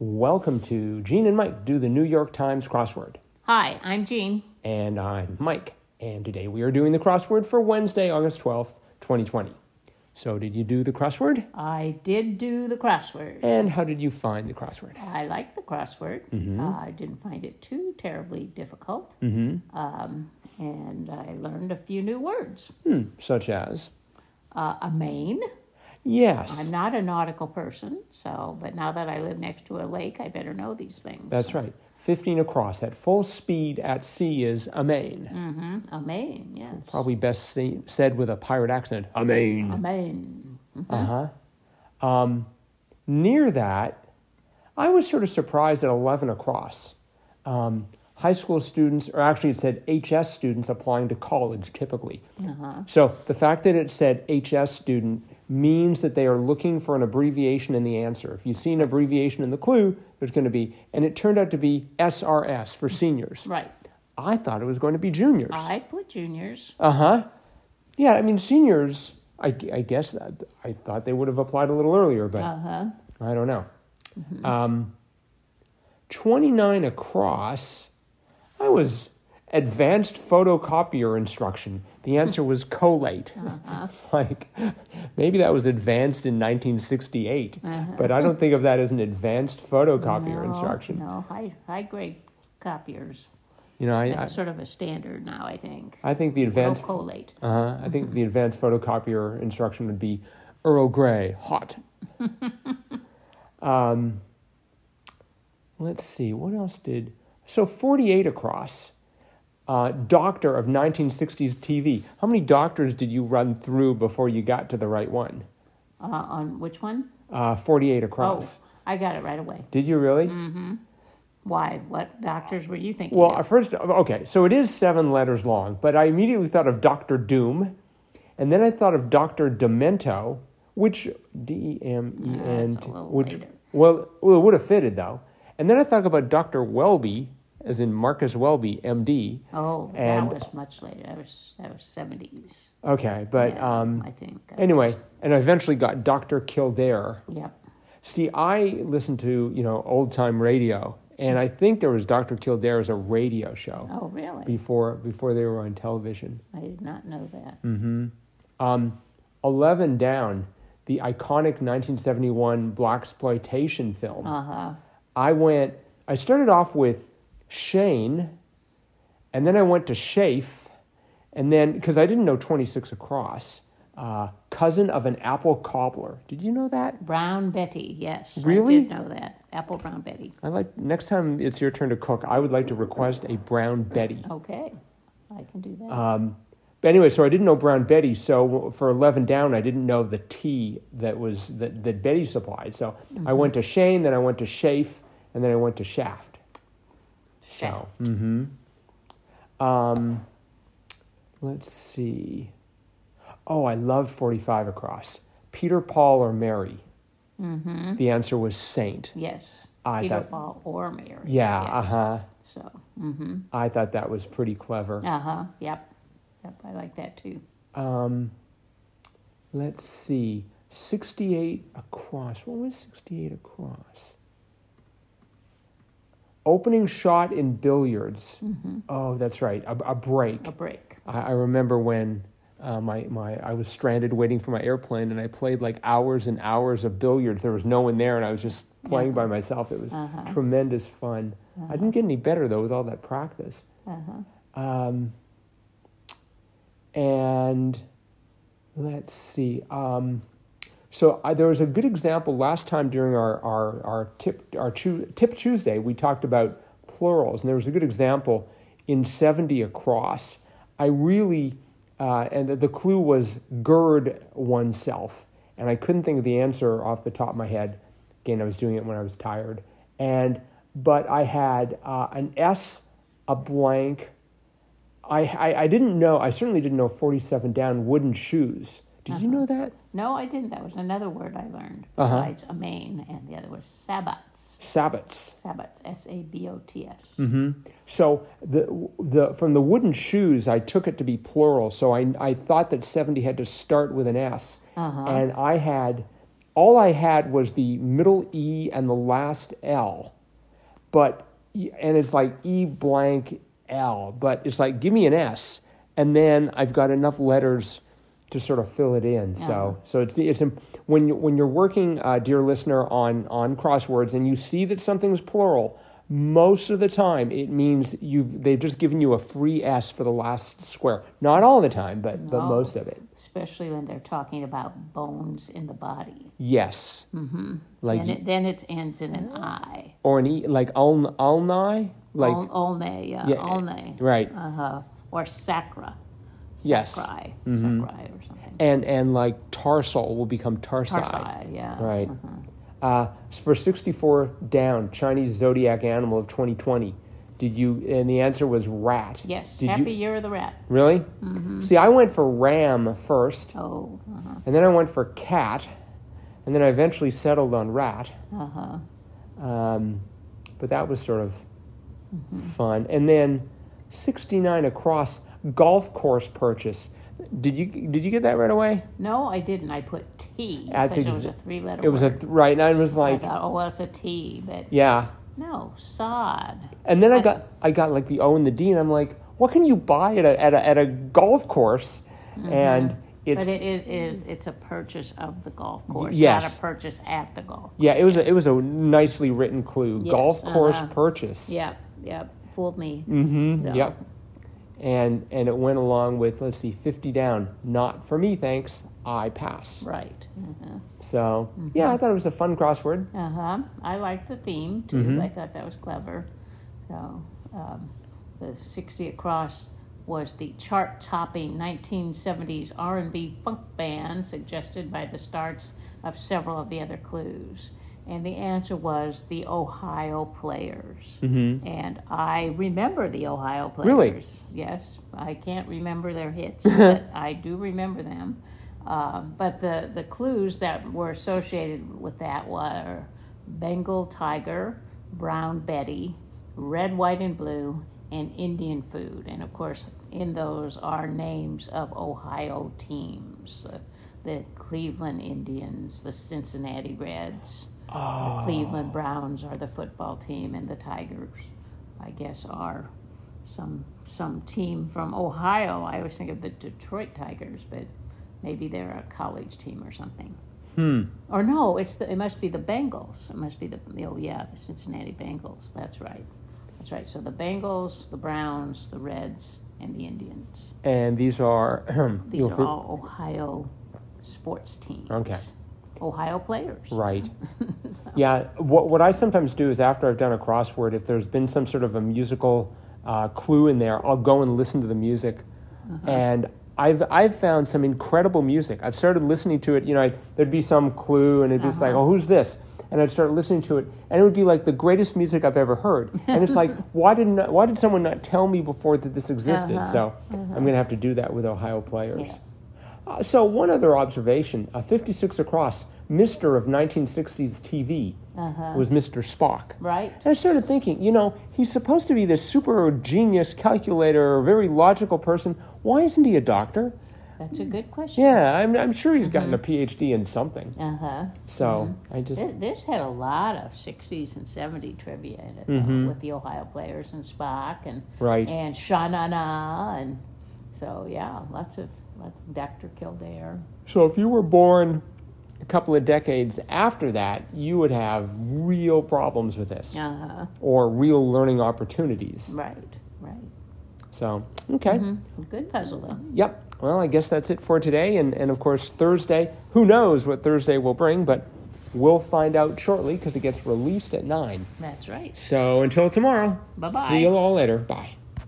Welcome to Gene and Mike do the New York Times crossword. Hi, I'm Jean. And I'm Mike. And today we are doing the crossword for Wednesday, August 12th, 2020. So, did you do the crossword? I did do the crossword. And how did you find the crossword? I like the crossword. Mm-hmm. Uh, I didn't find it too terribly difficult. Mm-hmm. Um, and I learned a few new words. Hmm, such as? Uh, a main. Yes. I'm not a nautical person, so, but now that I live next to a lake, I better know these things. That's right. 15 across at full speed at sea is amain. Mm. Mm-hmm. A main, yes. Probably best seen, said with a pirate accent. Amain. A main. near that, I was sort of surprised at 11 across. Um, high school students, or actually it said HS students applying to college typically. So the fact that it said HS student means that they are looking for an abbreviation in the answer. If you see an abbreviation in the clue, there's going to be, and it turned out to be SRS for seniors. Right. I thought it was going to be juniors. I put juniors. Uh huh. Yeah, I mean, seniors, I, I guess that, I thought they would have applied a little earlier, but Uh, Uh-huh. I don't know. Um, 29 across, I was advanced photocopier instruction. The answer was collate. Uh-huh. like, maybe that was advanced in 1968, but I don't think of that as an advanced photocopier Uh-huh. No, instruction. No, high, high grade copiers. You know, I, I, That's sort of a standard now, I think. I think the Don't advanced collate. Uh-huh. I think the advanced photocopier instruction would be Earl Grey, hot. um, let's see, what else did. So 48 across, uh, doctor of 1960s TV. How many doctors did you run through before you got to the right one? Uh, on which one? Uh, 48 Oh, across. I got it right away. Did you really? Why? What doctors were you thinking? Well, of? at first, okay, so it is seven letters long, but I immediately thought of Doctor Doom, and then I thought of Doctor Demento, which D E M E N, That's a little which later. well, well, it would have fitted though. And then I thought about Doctor Welby, as in Marcus Welby, M.D. oh, and- that was much later. That was that was seventies. Okay, but um, I think. That anyway, and I eventually got Doctor Kildare. was- yep. See, I listened to you know old time radio, and I think there was Doctor Kildare as a radio show Oh, really? before before they were on television. I did not know that. Hmm. 11 down, the iconic 1971 black exploitation film. Uh huh. I went I started off with Shane and then I went to Shafe and then cuz I didn't know 26 across, uh, cousin of an apple cobbler. Did you know that? Brown Betty. Yes. Really? I did know that. Apple Brown Betty. I like next time it's your turn to cook, I would like to request a brown betty. Okay, I can do that. Uh, But anyway, so I didn't know Brown Betty. So for eleven down, I didn't know the tea that was that, that Betty supplied. So Mm-hmm. I went to Shane, then I went to Shafe, and then I went to Shaft. Shaft. So, hmm Um, let's see. Oh, I loved forty-five across. Peter, Paul, or Mary. Mm-hmm. The answer was Saint. yes. I Peter thought- Paul or Mary. Yeah. Yes. Uh huh. So. Mm-hmm. I thought that was pretty clever. Uh huh. Yep. Yep. I like that too. Um, let's see, 68 across. What was 68 across? Opening shot in billiards. Oh, that's right, a, a break. A break. I, I remember when uh, my, my I was stranded waiting for my airplane, and I played like hours and hours of billiards. There was no one there, and I was just playing by myself. It was tremendous fun. I didn't get any better though with all that practice. Uh-huh. Um, and let's see. Um, so I, there was a good example last time during our our our tip our choo- tip Tuesday. We talked about plurals, and there was a good example in seventy across. I really uh, and the, the clue was gird oneself, and I couldn't think of the answer off the top of my head. Again, I was doing it when I was tired, and but I had uh, an S, a blank, I, I, I didn't know. I certainly didn't know 47 down wooden shoes. Did you know that? No, I didn't. That was another word I learned Uh-huh. besides amain, and the other was sabbats. Sabbats. Sabbats, S A B O T S. Mm-hmm. So the the from the wooden shoes, I took it to be plural. So I I thought that 70 had to start with an S, and I had all I had was the middle E and the last L, but and it's like E blank L, but it's like give me an S, and then I've got enough letters to sort of fill it in. So so it's the it's im- when you, when you're working, uh, dear listener, on on crosswords and you see that something's plural. Most of the time, it means you have they've just given you a free S for the last square. Not all the time, but but No. most of it. especially when they're talking about bones in the body. Yes. Mm-hmm. Like and it, then it ends in an I. or an e like uln ulni like Ol- Olne, yeah, Yeah. eh, Olne. right Uh-huh. Or sacra. yes Mm-hmm. Cry. Sacri or something. and and like tarsal will become tarsi, Tarsi, yeah. right Mm-hmm. uh, for 64 down chinese zodiac animal of 2020 did you and the answer was rat Yes. did Happy Mm-hmm. you Year of the Rat. really see i went for ram first Oh, uh-huh. and then i went for cat and then i eventually settled on rat uh-huh. Um, but that was sort of Mm-hmm. fun. And then 69 across golf course purchase. Did you did you get that right away? No, I didn't. I put T That's because it was a exa- three-letter It was a word. th- right, and I was I like, thought, oh, well, it's a T, but yeah. no, sod. And then I I- got I got like the O and the D, and I'm like, what can you buy at a at a, at a golf course? And it's Mm-hmm. but it is, is it's a purchase of the golf course, not Yes. a purchase at the golf. yeah, it was a, it was a nicely written clue. Yes, golf course uh-huh. purchase. Yep, yep, fooled me. Mm-hmm. Yeah. Yep. And and it went along with let's see, 50 down. Not for me, thanks. I pass. Right. Uh-huh. So yeah, I thought it was a fun crossword. uh-huh. I liked the theme too. Mm-hmm. I thought that was clever. So um, the 60 across was the chart-topping 1970s R&B funk band suggested by the starts of several of the other clues. And the answer was the Ohio Players. Mm-hmm. And I remember the Ohio players. Really? Yes. I can't remember their hits, but I do remember them. Um, but the, the clues that were associated with that were Bengal Tiger, Brown Betty, Red, White, and Blue, and Indian Food. And of course, in those are names of Ohio teams the, the Cleveland Indians, the Cincinnati Reds. The Cleveland Browns are the football team, and the Tigers, I guess, are some some team from Ohio. I always think of the Detroit Tigers, but maybe they're a college team or something. Hmm. Or no, it's the, it must be the Bengals. It must be the oh yeah, the Cincinnati Bengals. That's right, that's right. So the Bengals, the Browns, the Reds, and the Indians. And these are These you'll are fr- all Ohio sports teams. Okay. Ohio players. right. Yeah. What what I sometimes do is after I've done a crossword, if there's been some sort of a musical uh, clue in there, I'll go and listen to the music, Uh-huh. and. I've, I've found some incredible music. I've started listening to it. You know, I, there'd be some clue, and it'd be just Uh-huh. like, oh, who's this? And I'd start listening to it, and it would be like the greatest music I've ever heard. And it's like, why didn't I- why did someone not tell me before that this existed? Uh-huh. So I'm going to have to do that with Ohio players. Yeah. Uh, so one other observation: a 56 across, Mister of 1960s TV was Mister Spock. Right. And I started thinking, you know, he's supposed to be this super genius calculator, very logical person. Why isn't he a doctor? That's a good question. Hmm. Yeah, I'm, I'm sure he's gotten a PhD in something. Uh huh. So I just This, this had a lot of 60s and 70s trivia in it, though, with the Ohio players and Spock and Right. and Sha-na-na and so yeah, lots of lots of Dr. Kildare. So if you were born a couple of decades after that, you would have real problems with this Uh huh. or real learning opportunities. Right. Right. Mm-hmm. So okay. Good puzzle though. Yep. Well, I guess that's it for today. And, and of course, Thursday, who knows what Thursday will bring, but we'll find out shortly because it gets released at 9. That's right. So until tomorrow, Bye-bye. see you all later. Bye.